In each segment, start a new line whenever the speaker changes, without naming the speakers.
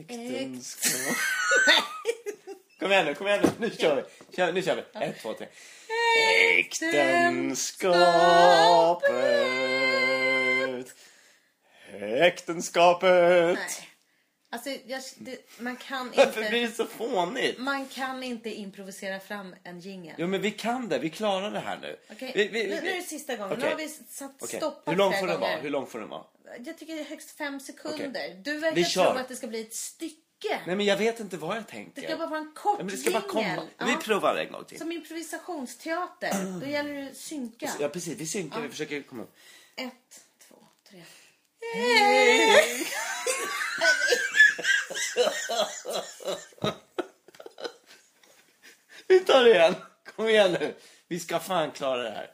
Äktenskap. kom igen nu, kom igen nu. Nu kör vi. Kör, nu kör vi. Ett, två, tre. Äktenskapet. Äktenskapet.
Nej. Alltså, jag, det, man, kan
Varför blir
inte,
det så fånigt?
man kan inte improvisera fram en jingel.
Jo men vi kan det, vi klarar det här nu.
Okej,
Vi, vi,
nu, nu är det
vi,
sista gången.
Okej.
Nu har vi satt
okej.
stoppat
Hur lång
flera
får den vara?
gånger.
Hur lång får den vara?
Jag tycker det är högst fem sekunder. Du verkar
Vi kör.
tro att det ska bli ett stycke.
Nej men jag vet inte vad jag
det
tänker.
ska bara vara en kort
Nej, men det ska bara komma.
jingel.
Vi
Ja.
provar en gång till.
Som improvisationsteater. Då gäller det att synka.
Ja precis, vi synkar, vi försöker komma upp.
Ett, två, tre.
Vi tar det igen. Kom igen nu. Vi ska fan klara det här.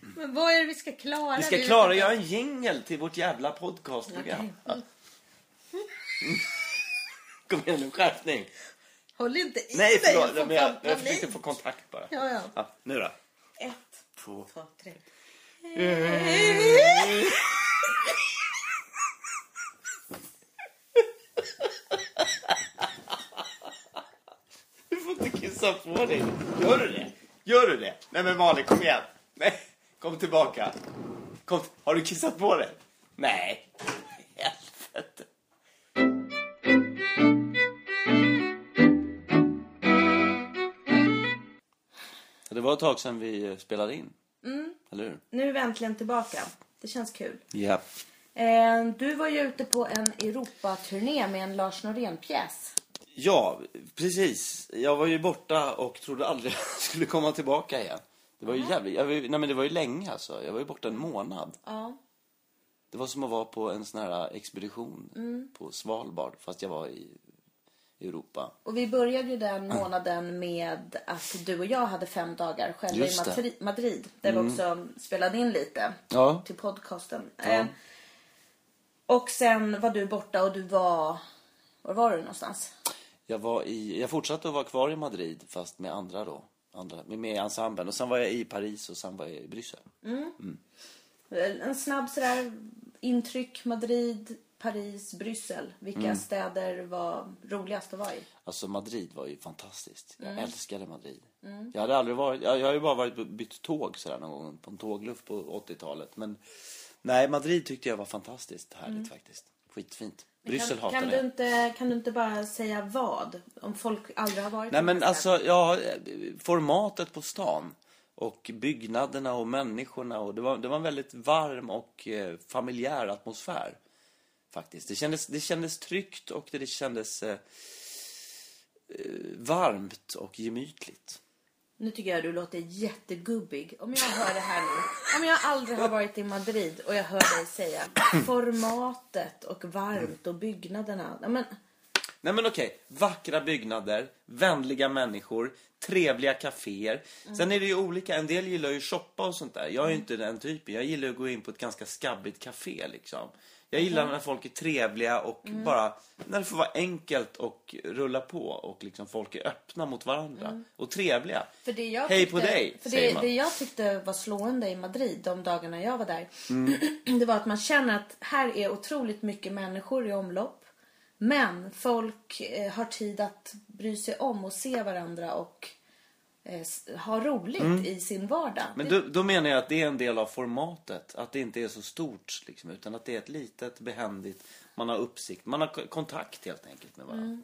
Men vad är det vi ska klara?
Vi ska
vet
klara
inte.
göra en jingle till vårt jävla podcastprogram.
Okej.
Ja. Kom igen nu, skärpning.
Håll inte i
Nej
dig
förlåt,
och få
men jag, jag
panik.
försökte få kontakt bara.
Ja, ja.
Ja, nu då.
Ett,
Två.
två, tre.
Du får inte kissa på dig. Gör du det? Gör du det? Nej men Malin, kom igen. Nej, kom tillbaka. Kom, har du kissat på dig? Nej. Helvete. Det var ett tag sedan vi eh, spelade in. Eller hur?
Nu är vi äntligen tillbaka. Det känns kul.
Ja.
Eh, Du var ju ute på en Europaturné med en Lars Norén-pjäs.
Ja, precis. Jag var ju borta och trodde aldrig jag skulle komma tillbaka igen. Det var ju jävligt... Jag var ju, nej men det var ju länge alltså. Jag var ju borta en månad.
Ja.
Det var som att vara på en sån här äh, expedition
Mm.
på Svalbard fast jag var i Europa.
Och vi började ju den månaden med att du och jag hade fem dagar själva i
Just det. Mm.
Madri- Madrid. Där vi också spelade in lite
Ja.
till podcasten. Eh, och sen var du borta och du var... Var var du någonstans?
Jag, var i, jag fortsatte att vara kvar i Madrid fast med andra då. Andra, med, med ensemblen. Och sen var jag i Paris och sen var jag i Bryssel.
Mm. Eh, En snabb sådär intryck. Madrid, Paris, Bryssel. Vilka
Mm.
städer var roligast att vara i?
Alltså Madrid var ju fantastiskt.
Mm.
Jag älskade Madrid. Jag hade aldrig varit, jag, jag har ju bara varit på- bytt tåg sådär någon gång på en tågluff på 80-talet. Men nej, Madrid tyckte jag var fantastiskt härligt faktiskt. Skitfint. Bryssel
Mm. kan,
hatar
kan
jag.
du, inte, kan du inte bara säga vad? Om folk aldrig har varit
Nej
i
men
Madrid.
alltså, ja, formatet på stan och byggnaderna och människorna och det var, det var en väldigt varm och eh, familjär atmosfär. Faktiskt. Det kändes, det kändes tryggt och det, det kändes eh, eh, varmt och gemytligt.
Nu tycker jag du låter jättegubbig. Om jag hör det här nu. Om jag aldrig har varit i Madrid och jag hör dig säga formatet och varmt och byggnaderna. Ja, men,
Nej men okej, vackra byggnader, vänliga människor, trevliga kaféer. Sen är det ju olika, en del gillar ju shoppa och sånt där. Jag är ju
Mm.
inte den typen. Jag gillar att gå in på ett ganska skabbigt café liksom. Jag gillar när folk är trevliga och
Mm.
bara, när det får vara enkelt och rulla på och liksom folk är öppna mot varandra och trevliga.
Mm. för det jag
Hej
tyckte,
på dig,
för
säger
det,
man.
det jag tyckte var slående i Madrid de dagarna jag var där.
Mm.
Det var att man känner att här är otroligt mycket människor i omlopp. Men folk eh, har tid att bry sig om och se varandra och eh, s- ha roligt i sin vardag.
Mm. Men då, då menar jag att det är en del av formatet. Att det inte är så stort liksom, utan att det är ett litet, behändigt, man har uppsikt, man har k- kontakt helt enkelt med varandra.
Mm.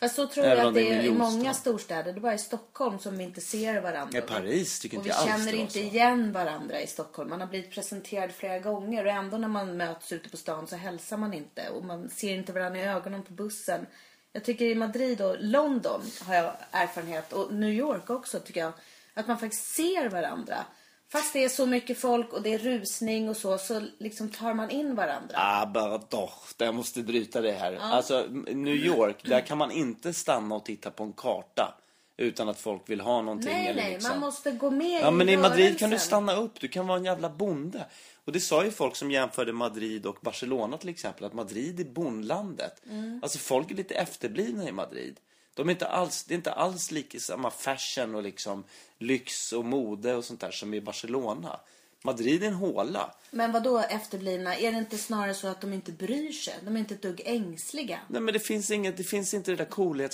Fast så tror
Även
jag
om
att
det är
det är i
miljonstad.
många storstäder. Det är bara i Stockholm som vi inte ser varandra.
Nej, Paris tycker
och
inte
vi
jag alls
känner
det var
inte
så.
igen varandra i Stockholm. Man har blivit presenterad flera gånger och ändå när man möts ute på stan så hälsar man inte. Och man ser inte varandra i ögonen på bussen. Jag tycker i Madrid och London har jag erfarenhet och New York också tycker jag. Att man faktiskt ser varandra. Fast det är så mycket folk och det är rusning och så, så liksom tar man in varandra.
Ah, bara doch, jag måste bryta det här. Alltså, M- New York, där kan man inte stanna och titta på en karta utan att folk vill ha någonting.
nej,
eller
nej,
liksom.
man måste gå med
Ja, men i Madrid kan du
rörelsen.
stanna upp, du kan vara en jävla bonde. Och det sa ju folk som jämförde Madrid och Barcelona till exempel, att Madrid är bondlandet. Alltså folk är lite efterblivna i Madrid. De är inte alls, det är inte alls lika samma fashion och liksom lyx och mode och sånt där som i Barcelona. Madrid är en håla.
Men vad då efterblivna? Är det inte snarare så att de inte bryr sig? De är inte ett dugg ängsliga.
Nej, men det finns, inget, det finns inte det där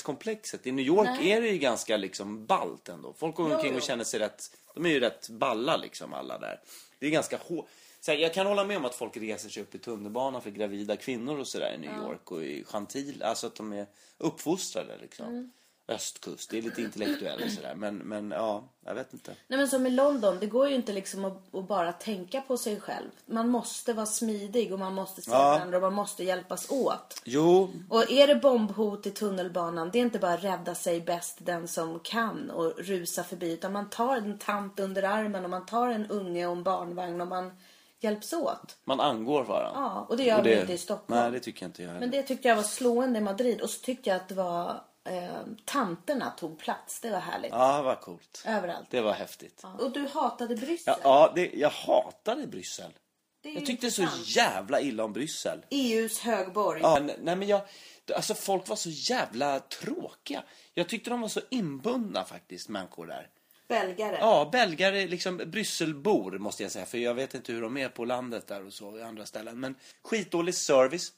coolhetskomplexet. I New York
Nej.
är det ju ganska liksom ballt ändå. Folk går
Jo,
omkring
jo.
och känner sig rätt... De är ju rätt balla liksom alla där. Det är ganska hår... Så här, jag kan hålla med om att folk reser sig upp i tunnelbanan för gravida kvinnor och sådär i New York och i Chantil. Alltså att de är uppfostrade liksom.
Mm.
Östkust, det är lite intellektuellt och sådär. Men, men ja, jag vet inte.
Nej men som i London, det går ju inte liksom att, att bara tänka på sig själv. Man måste vara smidig och man måste se
Ja.
varandra och man måste hjälpas åt.
Jo,
Och är det bombhot i tunnelbanan, det är inte bara rädda sig bäst den som kan och rusa förbi. Utan man tar en tant under armen och man tar en unge och en barnvagn och man hjälps åt.
man angår varandra.
Ja, och det gör vi inte i Stockholm.
Nej, det tycker jag inte jag heller.
Men det tyckte jag var slående i Madrid. Och så tyckte jag att det var... Eh, tanterna tog plats. Det var härligt.
Ja, vad coolt.
Överallt.
Det var häftigt.
Och du hatade Bryssel.
Ja, ja det, jag hatade Bryssel.
Det är ju
Jag tyckte så
intressant.
jävla illa om Bryssel.
EUs E högborg.
Ja, men- nej, men jag, alltså folk var så jävla tråkiga. Jag tyckte de var så inbundna faktiskt, människor där.
Belgare.
Ja, belgare, liksom Brysselbor måste jag säga, för jag vet inte hur de är på landet där och så, i andra ställen. Men skitdålig service.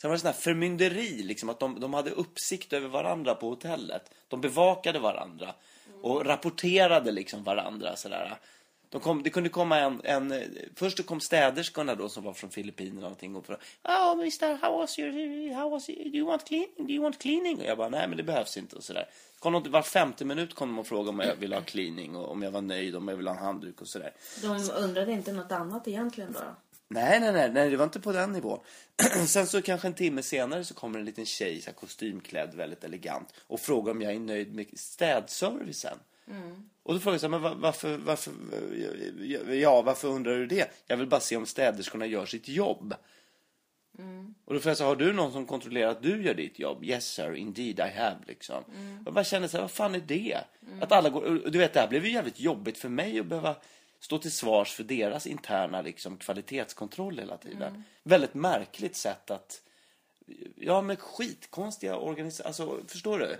Sen var det sån här förmynderi, liksom, att de, de hade uppsikt över varandra på hotellet. De bevakade varandra och rapporterade liksom varandra. Sådär. De kom, det kunde komma en, en... eh, Först det kom städerskorna då som var från Filippinerna och någonting och frågade Oh mister, how was your... How was your do you want cleaning? Do you want cleaning? Och jag bara, nej men det behövs inte och sådär. Kom de, var femte minut kom de och frågade om jag ville ha cleaning och om jag var nöjd, om jag ville ha en handduk och sådär.
De undrade inte något annat egentligen då.
Nej, nej, nej, nej, det var inte på den nivån. Sen så kanske en timme senare så kommer en liten tjej, så här, kostymklädd, väldigt elegant och frågar om jag är nöjd med städservicen. Och då frågar jag så här, men va- varför, varför, ja, varför undrar du det? Jag vill bara se om städerskorna gör sitt jobb. Och då frågade jag så här, har du någon som kontrollerar att du gör ditt jobb? Yes sir, indeed I have liksom. Jag bara kände så här, vad fan är det? Att alla går, och du vet det här blev ju jävligt jobbigt för mig att behöva stå till svars för deras interna liksom, kvalitetskontroll hela tiden. Väldigt märkligt sätt att, ja men skitkonstiga organisationer, alltså förstår du?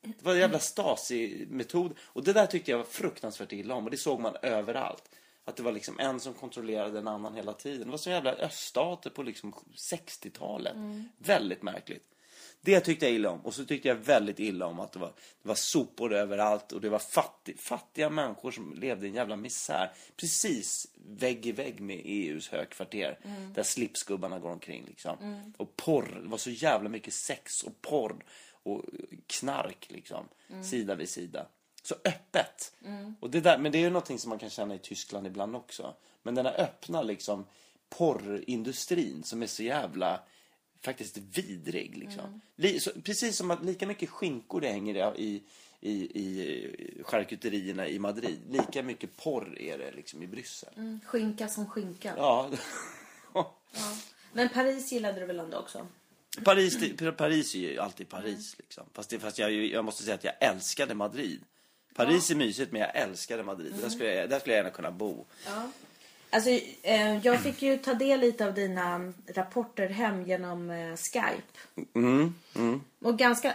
Det var en jävla Stasi-metod. Och det där tyckte jag var fruktansvärt illa om. Och det såg man överallt. Att det var liksom en som kontrollerade en annan hela tiden. Det var så jävla öststater på liksom 60-talet. Väldigt märkligt. Det tyckte jag illa om. Och så tyckte jag väldigt illa om att det var, det var sopor överallt och det var fattig, fattiga människor som levde i en jävla misär. Precis vägg i vägg med EUs högkvarter. Där slipsgubbarna går omkring liksom. Och porr. Det var så jävla mycket sex och porr och knark liksom, sida vid sida. Så öppet. Och det där, men det är ju någonting som man kan känna i Tyskland ibland också. Men den här öppna liksom, porrindustrin som är så jävla faktiskt vidrig. Liksom. Li, så, precis som att lika mycket skinkor det hänger i, i, i charkuterierna i Madrid, lika mycket porr är det liksom, i Bryssel.
Mm. Skinka som skinka.
Ja.
Men Paris gillade du väl ändå också?
Paris, det- Paris är ju alltid Paris. Liksom. Fast, det, fast jag, är ju- jag måste säga att jag älskade Madrid. Paris är mysigt, men jag älskade Madrid. Där, skulle jag, där skulle jag gärna kunna bo.
Alltså, eh, jag fick ju ta del lite av dina rapporter hem genom eh, Skype.
Mm,
Och ganska,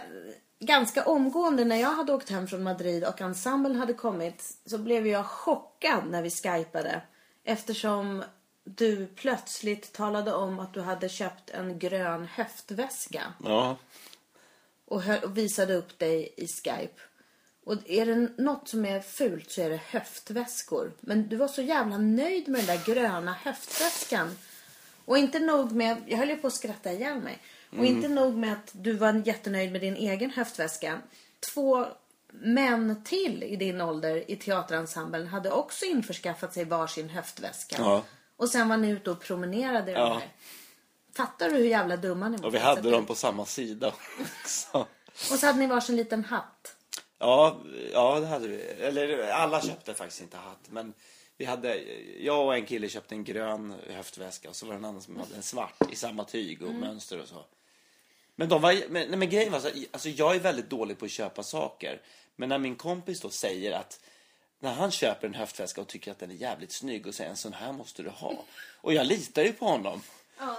ganska omgående när jag hade åkt hem från Madrid och ensemblen hade kommit så blev jag chockad när vi skypade. Eftersom du plötsligt talade om att du hade köpt en grön höftväska
Ja.
och, hö- och visade upp dig i Skype. Och är det något som är fult så är det höftväskor. Men du var så jävla nöjd med den där gröna höftväskan. Och inte nog med, jag höll ju på att skratta ihjäl mig. Och
Mm.
inte nog med att du var jättenöjd med din egen höftväska. Två män till i din ålder i teaterensemblen hade också införskaffat sig varsin höftväska.
Ja.
Och sen var ni ute och promenerade i
Ja.
de här. Fattar du hur jävla dumma ni var?
Och vi hade dem på samma sida också.
Och så hade ni varsin liten hatt.
Ja, ja, det hade vi. Eller alla köpte faktiskt inte hatt. Men vi hade, jag och en kille köpte en grön höftväska och så var det en annan som hade en svart i samma tyg och mönster och så. Men, de var, men, nej, men grejen var så här, alltså jag är väldigt dålig på att köpa saker. Men när min kompis då säger att när han köper en höftväska och tycker att den är jävligt snygg och säger en sån här måste du ha. Och jag litar ju på honom.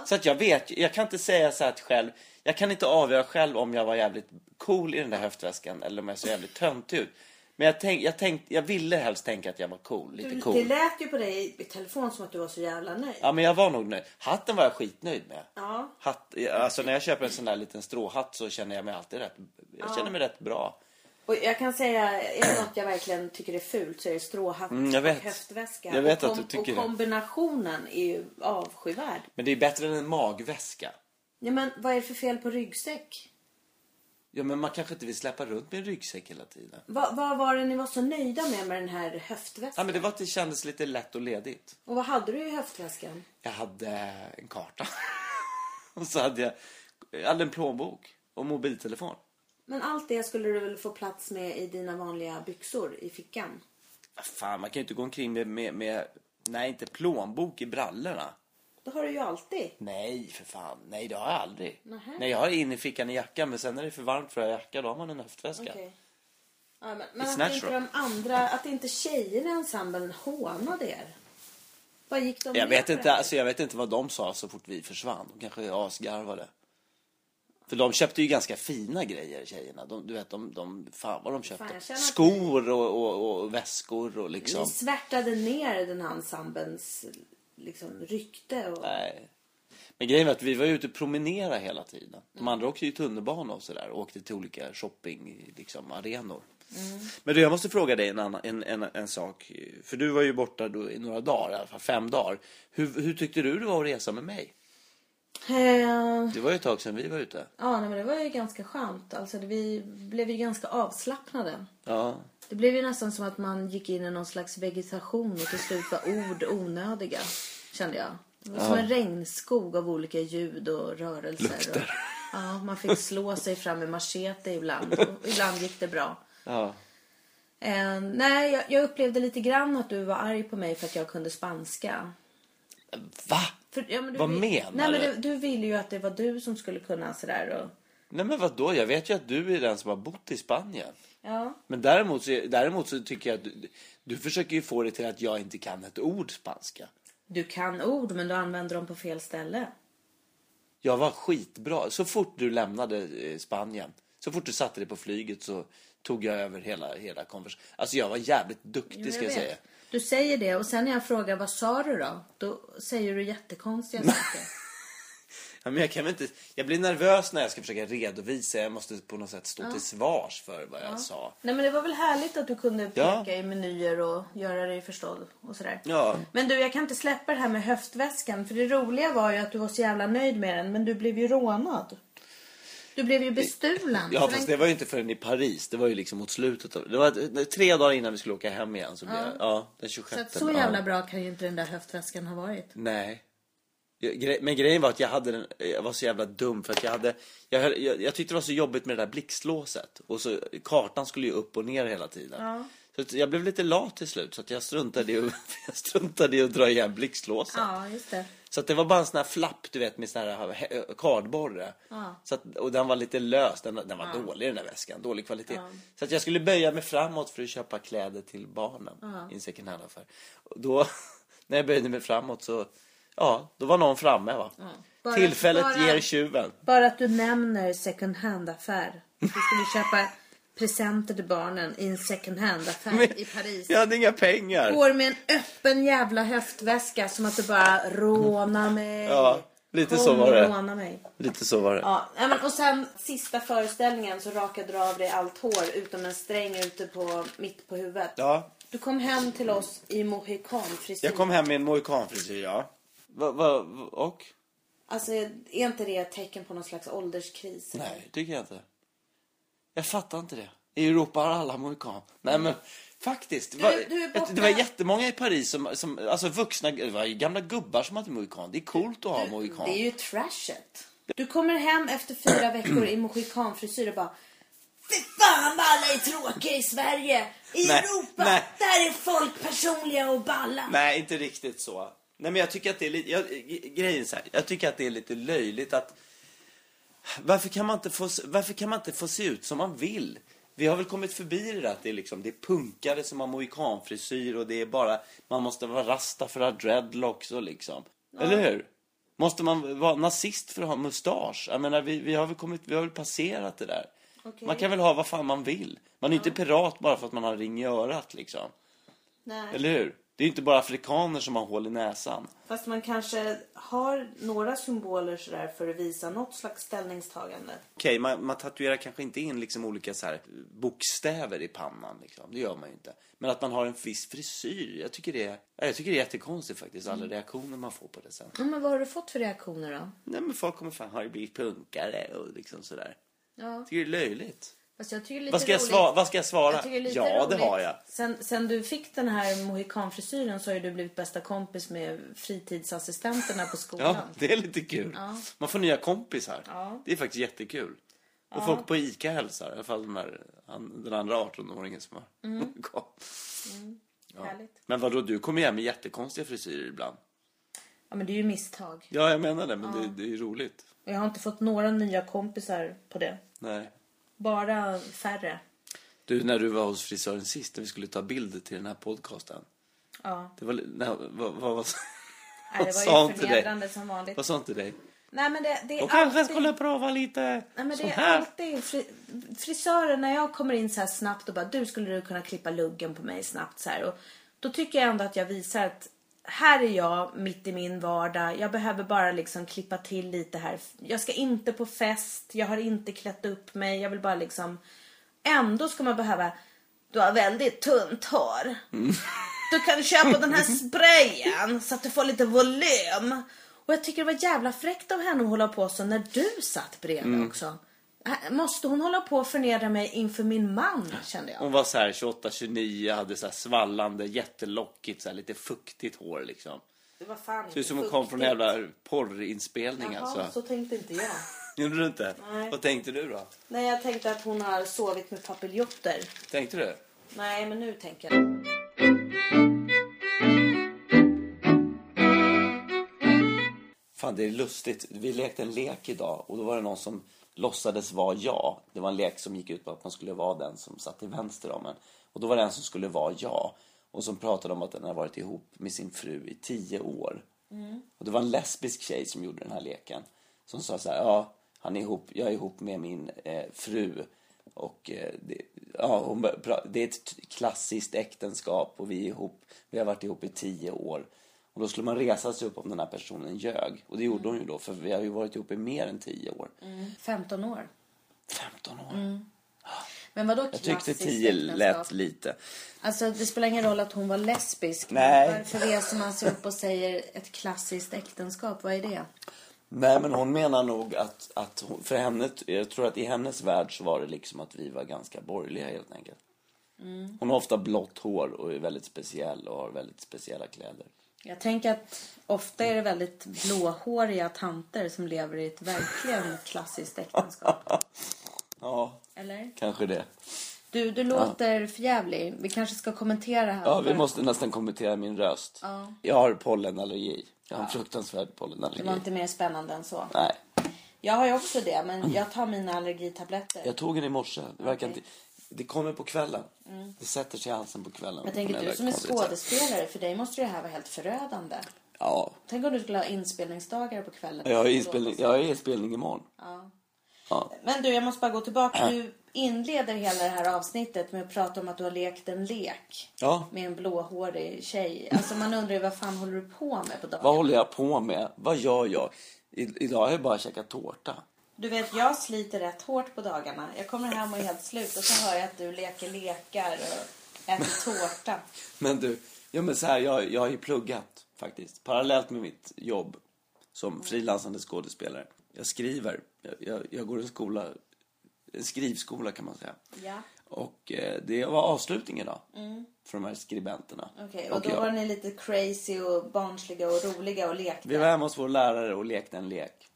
Så att jag vet, ju- jag kan inte säga så här att själv, jag kan inte avgöra själv om jag var jävligt cool i den där höftväskan eller om jag såg jävligt töntig ut. Men jag, tänk, jag, tänkte, jag ville helst tänka att jag var cool. Lite
Du,
cool.
Mm, Det lät ju på dig i telefon som att du var så jävla nöjd.
Ja, men jag var nog nöjd. Hatten var jag skitnöjd med.
Ja.
Hatt, alltså när jag köper en sån där liten stråhatt så känner jag mig alltid rätt, jag känner mig rätt bra.
Och jag kan säga, är det något jag verkligen tycker är fult så är det stråhatt
Mm, jag vet.
och höftväska.
Jag vet
och
att du tycker det.
Och kombinationen är ju avskyvärd.
Men det är bättre än en magväska.
Ja, men vad är det för fel på ryggsäck?
Ja, men man kanske inte vill släppa runt med en ryggsäck hela tiden.
Va, vad var det ni var så nöjda med med den här
Ja,
höftväskan?
men det, var, att det kändes lite lätt och ledigt.
Och vad hade du i höftväskan?
Jag hade en karta. och så hade jag, jag hade en plånbok och mobiltelefon.
Men allt det skulle du väl få plats med i dina vanliga byxor i fickan?
Ja, Fan, man kan ju inte gå omkring med, med, med nej inte plånbok i brallorna.
Det har du ju alltid.
Nej, för fan. Nej, det har jag aldrig.
Nähä.
Nej, jag har in i fickan i jackan, men sen när det är för varmt för att ha jacka, då har man en höftväska.
Okej. Ja, men men
It's
att, inte
natural.
de andra, att inte tjejerna i ensemblen hånade er. Vad gick de
Jag
med
vet,
på
inte,
det här?
alltså, jag vet inte vad de sa så fort vi försvann. De kanske asgarvade. För de köpte ju ganska fina grejer, tjejerna. De, du vet, de, de, fan vad de köpte.
Fan, jag känner att-
Skor och, och, och väskor och liksom.
Ni svärtade ner den här ensemblens liksom, rykte. Och...
Nej. Men grejen var att vi var ute och promenerade hela tiden. De andra åkte ju tunnelbana och sådär och åkte till olika shoppingarenor. Liksom, arenor. Men du, jag måste fråga dig en, annan, en, en, en sak. För du var ju borta då i några dagar, i alla fall fem dagar. Hur, hur tyckte du det var att resa med mig?
Eh,
Det var ju ett tag sedan vi var ute.
ja, nej, men det var ju ganska skönt. Alltså, det, vi blev ju ganska avslappnade.
Ja.
Det blev ju nästan som att man gick in i någon slags vegetation och till slut var ord onödiga. Kände jag. Det var som en regnskog av olika ljud och rörelser. Lukter. Och, ja, man fick slå sig fram med machete ibland. Och ibland gick det bra.
ja.
Eh, nej, jag, jag upplevde lite grann att du var arg på mig för att jag kunde spanska.
Va?
För, ja, men du
Vad
vill-
menar
nej, men
du?
du? Du ville ju att det var du som skulle kunna sådär och...
Nej men vadå? Jag vet ju att du är den som har bott i Spanien.
Ja.
Men däremot så, däremot så tycker jag att du, du försöker ju få det till att jag inte kan ett ord spanska.
Du kan ord men du använder dem på fel ställe.
Jag var skitbra. Så fort du lämnade eh, Spanien, så fort du satte dig på flyget så tog jag över hela, hela konversationen. Alltså jag var jävligt duktig ska jag,
vet.
säga.
Du säger det och sen när jag frågar vad sa du då? Då säger du jättekonstiga saker.
Ja, men jag, kan väl inte, jag blir nervös när jag ska försöka redovisa. Jag måste på något sätt stå till svars för vad jag sa.
Nej men det var väl härligt att du kunde
Ja.
peka i menyer och göra dig förstådd och sådär.
Ja.
Men du jag kan inte släppa det här med höftväskan för det roliga var ju att du var så jävla nöjd med den men du blev ju rånad. Du blev ju bestulen.
Ja,
Så
fast
den-
det var ju inte förrän i Paris. Det var ju liksom mot slutet av... Det var eh, tre dagar innan vi skulle åka hem igen. Så blev jag, ja, den 26.
Så, att så
Ja.
jävla bra kan ju inte den där höftväskan ha varit.
Nej. Jag- gre- Men grejen var att jag hade den, jag var så jävla dum för att jag hade, jag, höll- jag, jag tyckte det var så jobbigt med det där blixtlåset och så kartan skulle ju upp och ner hela tiden. Så att jag blev lite lat till slut så att jag struntade i, att- jag struntade i att dra igen blixtlåset.
Ja, just det.
Så att det var bara en sån här flapp du vet med sån här eh, he- kardborre.
Ja.
Så att, och den var lite lös, den, den var dålig den där väskan, dålig kvalitet. Så att jag skulle böja mig framåt för att köpa kläder till barnen i en second hand affär. Och då, när jag böjde mig framåt så, ja, då var någon framme va.
Bara-
Tillfället
bara-
ger tjuven.
Bara att du nämner second hand-affär. Du skulle köpa presenter till barnen i en second hand-affär i Paris.
Jag hade inga pengar.
Går med en öppen jävla höftväska som att du bara rånar mig.
Ja, lite
Kom
så var
och
det.
Råna mig.
Lite så var det.
Ja, nej, men, och sen sista föreställningen så rakade du av dig allt hår utom en sträng ute på mitt på huvudet.
Ja,
Du kom hem till oss i mohikanfrisyr.
jag kom hem med en mohikanfrisyr ja. Va, va, va, och?
Alltså är inte det ett tecken på någon slags ålderskris?
Nej, tycker jag inte. Jag fattar inte det. I Europa har alla mohikan. Nej, men faktiskt. Det var,
du är borta.
det var jättemånga i Paris som, som alltså vuxna, det var ju gamla gubbar som hade mohikan. Det är coolt att ha mohikan.
Det är ju trashet. Du kommer hem efter fyra veckor i mohikanfrisyr och bara Fy fan vad alla är tråkiga i Sverige! I
Nej,
Europa,
nej.
där är folk personliga och balla!
Nej, inte riktigt så. Nej, men jag tycker att det är lite, jag, grejen är så här, jag tycker att det är lite löjligt att varför kan, man inte få, varför kan man inte få se ut som man vill? Vi har väl kommit förbi det där att det är, liksom, det är punkare som har mohikanfrisyr och det är bara, man måste vara rasta för att ha dreadlocks och liksom. Eller hur? Måste man vara nazist för att ha mustasch? Jag menar, vi, vi har väl kommit, vi har väl passerat det där.
Okej.
Man kan väl ha vad fan man vill. Man är inte pirat bara för att man har en ring i örat liksom.
Nej.
Eller hur? Det är ju inte bara afrikaner som har hål i näsan.
Fast man kanske har några symboler sådär för att visa något slags ställningstagande.
Okej, man, man tatuerar kanske inte in liksom olika så här bokstäver i pannan. Liksom. Det gör man ju inte. Men att man har en viss frisyr. Jag tycker det är, ja, jag tycker det är jättekonstigt faktiskt.
Mm.
Alla reaktioner man får på det sen.
Ja, men vad har du fått för reaktioner då?
Nej men folk kommer fan, har du blivit punkare? Och liksom sådär.
Ja.
Jag tycker det är löjligt.
Fast jag tycker det är lite
Vad ska, jag
roligt.
svara, vad ska jag svara?
Jag tycker det är lite
ja,
roligt.
det har jag.
Sen, sen du fick den här mohikanfrisyren så har ju du blivit bästa kompis med fritidsassistenterna på skolan.
Ja, det är lite kul. Man får nya kompisar.
Ja.
Det är faktiskt jättekul. Och folk på ICA hälsar. I alla fall den, här, han, den andra 18-åringen som har mm.
Härligt.
Men vadå, du kommer ju hem med jättekonstiga frisyrer ibland.
Ja, men det är ju misstag.
Ja, jag menar det, men det, det är ju roligt.
Och jag har inte fått några nya kompisar på det.
Nej.
Bara färre.
Du, när du var hos frisören sist, när vi skulle ta bild till den här podcasten.
Ja.
Det var, li- nej, vad, vad, vad,
Nej,
Vad
det
sa
var
hon
ju
till dig?
förnedrande som vanligt.
vad sa inte dig?
Nej, men det, det är
Och kanske
alltid...
skulle prova lite
Nej, men
sån
det är
här.
alltid fri, frisörer när jag kommer in så här snabbt och bara du skulle du kunna klippa luggen på mig snabbt så här och då tycker jag ändå att jag visar att här är jag mitt i min vardag. Jag behöver bara liksom klippa till lite här. Jag ska inte på fest. Jag har inte klätt upp mig. Jag vill bara liksom ändå ska man behöva du har väldigt tunt hår. Du kan köpa den här
Mm.
sprayen så att du får lite volym. Och jag tycker det var jävla fräckt av henne att hålla på så när du satt bredvid
Mm.
också. Äh, Måste hon hålla på och förnedra mig inför min man kände jag.
Hon var så här 28, 29, hade så här svallande, jättelockigt, så här lite fuktigt hår liksom.
Det var fan
Det är som hon kom från en jävla porrinspelning alltså.
tänkte inte jag.
Gjorde du inte?
Nej.
Vad tänkte du då?
Nej, jag tänkte att hon har sovit med papiljotter.
Tänkte du?
Nej, men nu tänker jag.
Fan, det är lustigt. Vi lekte en lek idag och då var det någon som låtsades vara jag. Det var en lek som gick ut på att man skulle vara den som satt till vänster om en. Och då var det en som skulle vara jag och som pratade om att den hade varit ihop med sin fru i tio år. Och det var en lesbisk tjej som gjorde den här leken. Som sa så här, ja, han är ihop, jag är ihop med min eh, fru. Och eh, det, ja, hon, bör- pra- det är ett t- klassiskt äktenskap och vi är ihop, vi har varit ihop i tio år. Och då skulle man resa sig upp om den här personen ljög. Och det gjorde hon ju då, för vi har ju varit ihop i mer än tio år.
Mm. 15 år.
15 år.
Men vadå
Jag
Mm. klassiskt
tyckte tio
äktenskap?
lät lite.
Alltså det spelar ingen roll att hon var lesbisk. men
Nej.
Varför reser man sig upp och säger ett klassiskt äktenskap? Vad är det?
Nej, men hon menar nog att, att hon, för henne, jag tror att i hennes värld så var det liksom att vi var ganska borgerliga helt enkelt.
Mm.
Hon har ofta blått hår och är väldigt speciell och har väldigt speciella kläder.
Jag tänker att ofta är det väldigt blåhåriga tanter som lever i ett verkligen klassiskt äktenskap.
Ja,
Eller?
kanske det.
Du, du låter förjävlig. Vi kanske ska kommentera här.
Ja, vi måste nästan kommentera min röst. Jag har pollenallergi. Jag har en fruktansvärd
Det
pollenallergi.
var inte mer spännande än så.
Nej,
Jag har ju också det, men jag tar mina allergitabletter.
Mm. jag tog den i morse. Det verkar
Okej. Mm.
inte... Det kommer på kvällen. Det sätter sig i halsen på kvällen.
Jag tänker
På något
du som är
konstigt sätt.
skådespelare, för dig måste det här vara helt förödande.
Ja,
Tänk om du skulle ha inspelningsdagar på kvällen.
jag har inspelning, jag har inspelning imorgon. Ja.
Men du, jag måste bara gå tillbaka. Du inleder hela det här avsnittet med att prata om att du har lekt en lek
Ja.
med en blåhårig tjej. Alltså man undrar ju vad fan håller du på med på dagen?
Vad håller jag på med? Vad gör jag? I, idag har jag bara käkat tårta.
Du vet, jag sliter rätt hårt på dagarna. Jag kommer hem och är helt slut och så hör jag att du leker lekar och äter tårta.
Men du, ja, men så här, jag, jag har ju pluggat faktiskt. Parallellt med mitt jobb som frilansande skådespelare. Jag skriver. Jag, jag, jag går en skola, en skrivskola kan man säga.
Ja.
Och eh, det var avslutning idag. För de här skribenterna.
Mm. Okej, och
Och
då
jag.
var ni lite crazy och barnsliga och roliga och lekte.
Vi var hemma hos vår lärare och lekte en lek.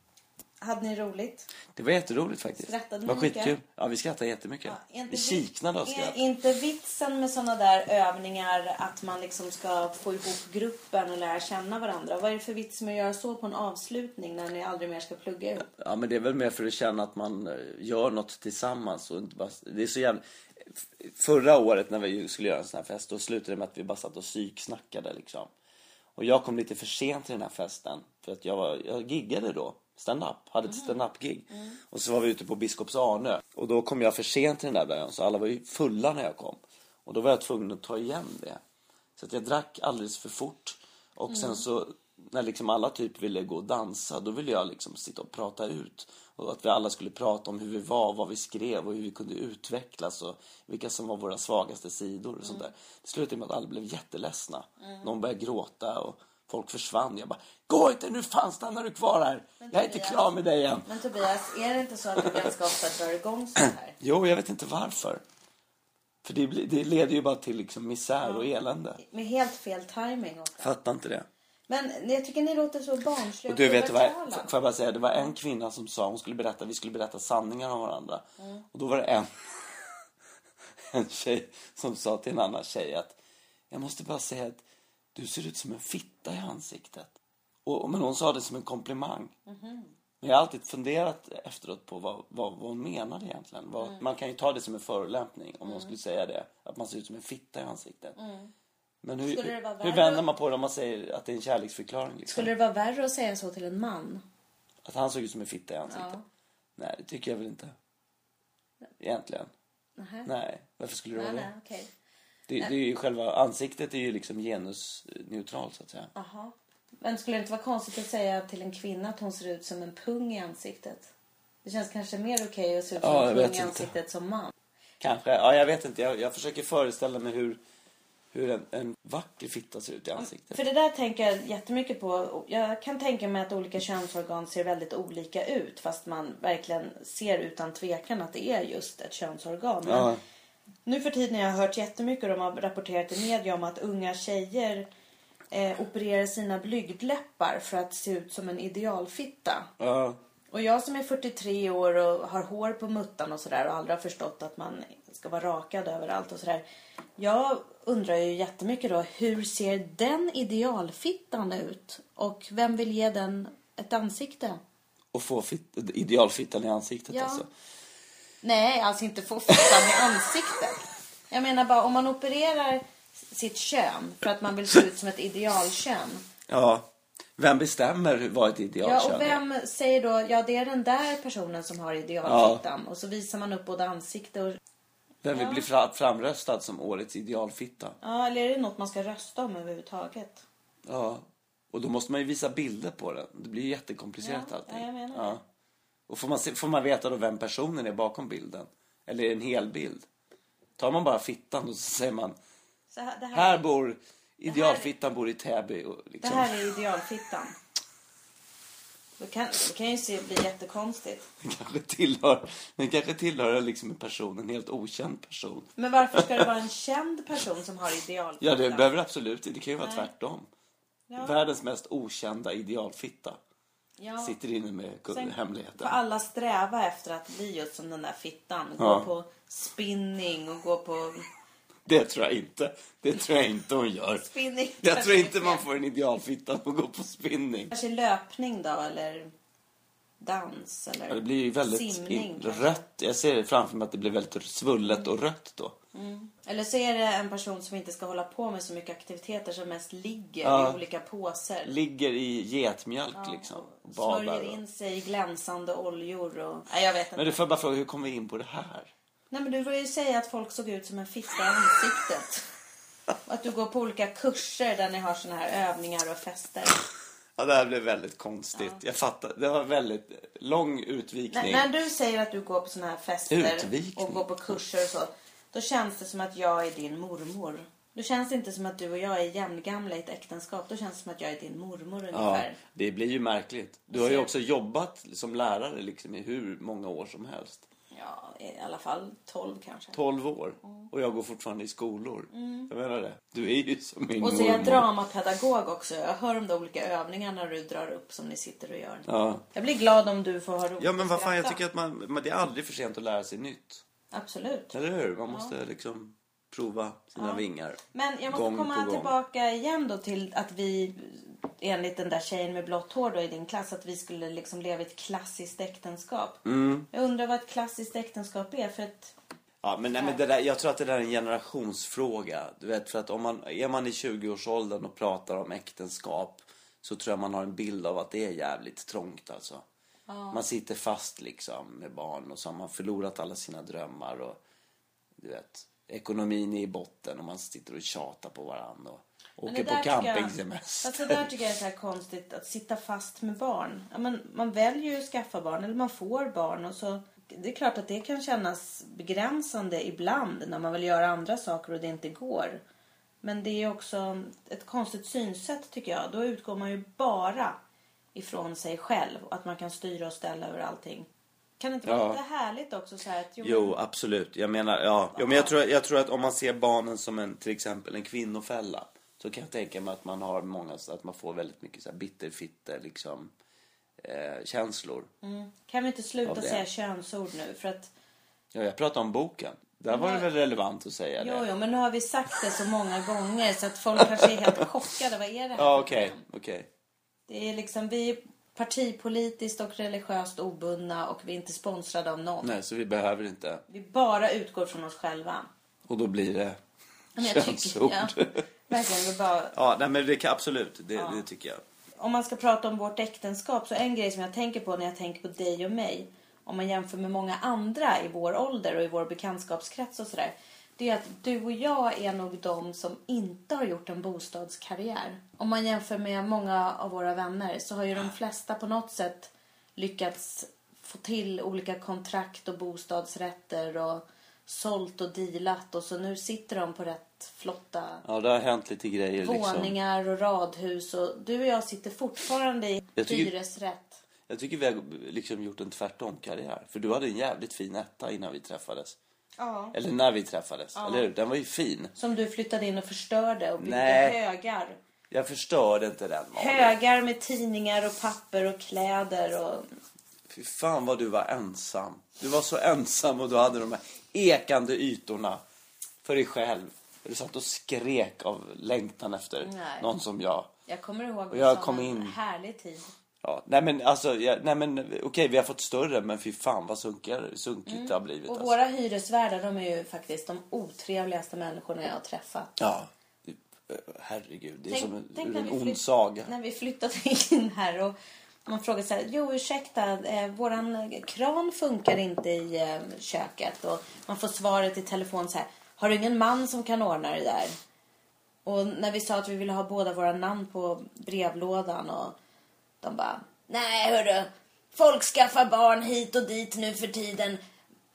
Hade ni roligt?
Det var jätteroligt faktiskt.
Skrattade
det var
ni mycket?
skitkul. Ja, vi skrattade jättemycket.
Ja, är inte
vi
vit-
kiknade av skratt.
Är inte vitsen med såna där övningar att man liksom ska få ihop gruppen och lära känna varandra? Vad är det för vits med att göra så på en avslutning när ni aldrig mer ska plugga ihop?
Ja, men det är väl mer för att känna att man eh, gör något tillsammans och inte bara... Det är så jävla... F- Förra året när vi skulle göra en sån här fest, då slutade det med att vi bara satt och psyksnackade liksom. Och jag kom lite för sent till den här festen, för att jag, var... jag giggade då. stand-up. Hade ett stand-up-gig. Och så var vi ute på Biskops Arnö. Och då kom jag för sent till den där början. Så alla var ju fulla när jag kom. Och då var jag tvungen att ta igen det. Så att jag drack alldeles för fort. Och sen så när liksom alla typ ville gå och dansa, då ville jag liksom sitta och prata ut. Och att vi alla skulle prata om hur vi var, vad vi skrev och hur vi kunde utvecklas och vilka som var våra svagaste sidor och sånt där. Det slutade med att alla blev jätteledsna. Någon började gråta och folk försvann. Jag bara, gå inte nu fan stannar du kvar här. Jag är inte
Tobias-
klar med dig än.
Men Tobias, är det inte så att du ganska ofta drar igång så här?
Jo, jag vet inte varför. För det, blir- det leder ju bara till liksom misär och elände.
Med helt fel timing ofta.
Fattar inte det.
Men jag tycker ni låter så barnsliga
Och du vet, det var,
pubertala.
får jag bara säga, det var en kvinna som sa hon skulle berätta, vi skulle berätta sanningar om varandra.
Mm.
Och då var det en, en tjej som sa till en annan tjej att jag måste bara säga att du ser ut som en fitta i ansiktet. Och, och- men hon sa det som en komplimang.
Mm-hmm.
Men jag har alltid funderat efteråt på vad, vad, vad hon menade egentligen. Vad,
Mm.
Man kan ju ta det som en förolämpning om hon skulle säga det. Att man ser ut som en fitta i ansiktet. Men hur,
Mm. Skulle det vara
hur
värre-
vänder man på det om man säger att det är en kärleksförklaring? Liksom?
Skulle det vara värre att säga så till en man? Typ.
Att han såg ut som en fitta i ansiktet?
Ja.
Nej, det tycker jag väl inte. Egentligen.
Nähä.
Nej, varför skulle det
Nej,
vara
nej,
det?
okej.
det? Det är ju själva ansiktet är ju liksom genusneutralt så att säga.
Jaha. Men skulle det inte vara konstigt att säga till en kvinna att hon ser ut som en pung i ansiktet? Det känns kanske mer okej att se ut som
Ja, jag
en pung
vet
i
inte.
ansiktet som man.
Kanske. Ja, jag vet inte. Jag, jag försöker föreställa mig hur, hur en, en vacker fitta ser ut i ansiktet.
För det där tänker jag jättemycket på. Jag kan tänka mig att olika könsorgan ser väldigt olika ut fast man verkligen ser utan tvekan att det är just ett könsorgan. Men
Ja.
Nu för tiden har jag hört jättemycket och de har rapporterat i media om att unga tjejer eh, opererar sina blygdläppar för att se ut som en idealfitta.
Ja.
Och jag som är 43 år och har hår på muttan och sådär och aldrig har förstått att man ska vara rakad överallt och sådär. Jag undrar ju jättemycket då, hur ser den idealfittan ut? Och vem vill ge den ett ansikte?
Och få fit, idealfittan i ansiktet
Ja.
alltså.
Nej, alltså inte få fittan i ansiktet. Jag menar bara om man opererar sitt kön för att man vill se ut som ett idealkön.
Ja. Vem bestämmer hur- vad ett
Ja,
idealkön
och
är?
vem säger då, ja det är den där personen som har idealfittan. Och så visar man upp både ansikte och...
Vem vill bli fra- framröstad som årets idealfitta?
Ja, eller är det något man ska rösta om överhuvudtaget?
Ja. Och då måste man ju visa bilder på den. Det blir ju jättekomplicerat
Ja,
allting.
ja, jag menar
ja. Och får man, se, får man veta då vem personen är bakom bilden? Eller är det en hel bild? Tar man bara fittan och så säger man
Så här, det, här,
här bor idealfittan bor i Täby. Och
det
liksom,
här är idealfittan. Då kan, det kan ju se, bli jättekonstigt.
den, kanske tillhör, den kanske tillhör liksom en person, en helt okänd person.
Men varför ska det vara en känd person som har idealfittan?
Ja, det behöver absolut inte. Det kan ju vara
Nej.
tvärtom.
Ja.
Världens mest okända idealfitta
Ja.
sitter inne med
Sen
hemligheter.
får alla sträva efter att bli just som den där fittan. Gå
Ja.
på spinning och gå på...
Det tror jag inte. Det tror jag inte hon gör.
Spinning.
Jag tror inte man får en idealfitta att gå på spinning.
Kanske löpning då, eller dans, eller
Ja, det blir ju väldigt
simning.
in,
kanske.
rött. Jag ser det framför mig att det blir väldigt svullet och rött då.
Mm. Eller så är det en person som inte ska hålla på med så mycket aktiviteter som mest ligger
Ja.
i olika poser.
Ligger i getmjölk
Ja,
liksom.
och
Badar.
Smörjer
Och...
in sig i glänsande oljor och... Nej, jag vet inte.
Men du får jag bara fråga, hur kom vi in på det här?
Nej, men du var ju säga att folk såg ut som en fitta i ansiktet. Och att du går på olika kurser där ni har såna här övningar och fester.
Ja, det här blev väldigt konstigt. Jag fattar. Det var väldigt lång utvikning.
När, när du säger att du går på såna här fester
Utvikning.
och går på kurser och så, då känns det som att jag är din mormor. Då känns det inte som att du och jag är jämngamla i ett äktenskap. Då känns det som att jag är din mormor
Ja,
ungefär.
det blir ju märkligt. Du har ju också jobbat som lärare liksom, i hur många år som helst.
Ja, i alla fall 12 kanske.
12 år
Mm.
och jag går fortfarande i skolor. Jag menar det. Du är ju som min
Och så är jag
mormor.
dramapedagog också. Jag hör om de olika övningarna du drar upp som ni sitter och gör.
Ja.
Jag blir glad om du får ha roligt
ja, men
och
vad fan, jag
skratta.
tycker att man, men det är aldrig för sent att lära sig nytt.
Absolut.
Eller hur? Man måste liksom prova sina vingar.
Men jag måste
Gång på
komma
gång.
tillbaka igen då till att vi enligt den där tjejen med blått hår då i din klass att vi skulle liksom leva i ett klassiskt äktenskap.
Mm.
Jag undrar vad ett klassiskt äktenskap är för att
Ja, men, nej, men det där, jag tror att det där är en generationsfråga. Du vet, för att om man, är man i 20-årsåldern och pratar om äktenskap så tror jag man har en bild av att det är jävligt trångt alltså. Man sitter fast liksom med barn och så har man förlorat alla sina drömmar och du vet, ekonomin är i botten och man sitter och tjatar på varandra och
Men
åker
det där
på
tycker jag-
campingsemester.
Fast det där tycker jag är så här konstigt, att sitta fast med barn. Ja, men man väljer ju att skaffa barn, eller man får barn. och så... Det är klart att det kan kännas begränsande ibland när man vill göra andra saker och det inte går. Men det är också ett konstigt synsätt tycker jag. Då utgår man ju bara ifrån sig själv och att man kan styra och ställa över allting. Kan det inte vara
Ja.
lite härligt också så här att jo,
Jo, absolut. Jag menar, ja. Jo, men jag tror, jag tror att om man ser barnen som en, till exempel en kvinnofälla. Så kan jag tänka mig att man har många, att man får väldigt mycket så här bitterfitte liksom eh, känslor.
mm, kan vi inte sluta
Av det.
säga könsord nu? För att
Ja, jag pratade om boken. Där var det väl relevant att säga
Jo,
det?
jo, men nu har vi sagt det så många gånger så att folk kanske är helt chockade. Vad är det här?
Ja,
för
okej.
program?
okej.
Det är liksom, vi är partipolitiskt och religiöst obundna och vi är inte sponsrade av någon.
Nej, så vi behöver inte.
Vi bara utgår från oss själva.
Och då blir det
Men jag tycker-
könsord.
ja. Verkligen, vi bara,
Ja, nej, men det kan, absolut. Det, det tycker jag.
om man ska prata om vårt äktenskap så en grej som jag tänker på när jag tänker på dig och mig om man jämför med många andra i vår ålder och i vår bekantskapskrets och sådär det är att du och jag är nog de som inte har gjort en bostadskarriär. Om man jämför med många av våra vänner så har ju de flesta på något sätt lyckats få till olika kontrakt och bostadsrätter och sålt och dealat och så nu sitter de på rätt flotta
Ja, det har hänt lite grejer liksom.
våningar och radhus och du och jag sitter fortfarande i
Jag tycker-
hyresrätt.
Jag tycker vi har liksom gjort en tvärtom-karriär. För du hade en jävligt fin etta innan vi träffades.
Ja.
Eller när vi träffades, eller hur? Den var ju fin.
Som du flyttade in och förstörde och byggde
Nej.
högar.
Jag förstörde inte den Malin.
Högar med tidningar och papper och kläder och...
Fy fan vad du var ensam. Du var så ensam och du hade de här ekande ytorna för dig själv. Du satt och skrek av längtan efter
Nej.
någon som jag.
Jag kommer ihåg
jag
som
kom
en
in.
härlig tid.
Ja, nej men alltså, jag, nej men okej vi har fått större men fy fan vad sunkigare, sunkigt det har blivit.
Mm.
Alltså.
Och våra hyresvärdar de är ju faktiskt de otrevligaste människorna jag har träffat.
Ja, herregud. Det är som en, ur
när
en
vi flytt-
ond saga.
När vi flyttade in här och man frågade så här, jo ursäkta, eh, våran kran funkar inte i eh, köket. Och man får svaret i telefon så här, har du ingen man som kan ordna det där? Och när vi sa att vi ville ha båda våra namn på brevlådan och de bara, nej hörru, folk skaffar barn hit och dit nu för tiden.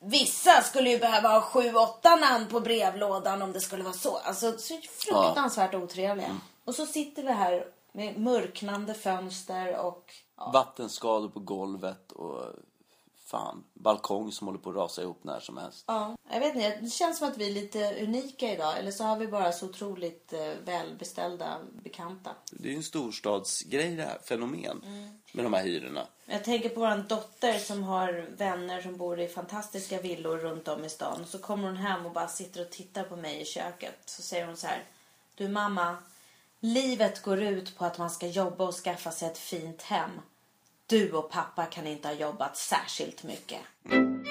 Vissa skulle ju behöva ha sju, åtta namn på brevlådan om det skulle vara så. Alltså så fruktansvärt otrevliga. Och så sitter vi här med mörknande fönster och ja,
Vattenskador på golvet och fan, balkong som håller på att rasa ihop när som helst.
Ja, jag vet inte. Det känns som att vi är lite unika idag. Eller så har vi bara så otroligt eh, välbeställda bekanta.
Det är ju en storstadsgrej det här, fenomen med de här hyrorna.
Jag tänker på vår dotter som har vänner som bor i fantastiska villor runt om i stan. Och så kommer hon hem och bara sitter och tittar på mig i köket. Så säger hon så här. Du mamma, livet går ut på att man ska jobba och skaffa sig ett fint hem. Du och pappa kan inte ha jobbat särskilt mycket.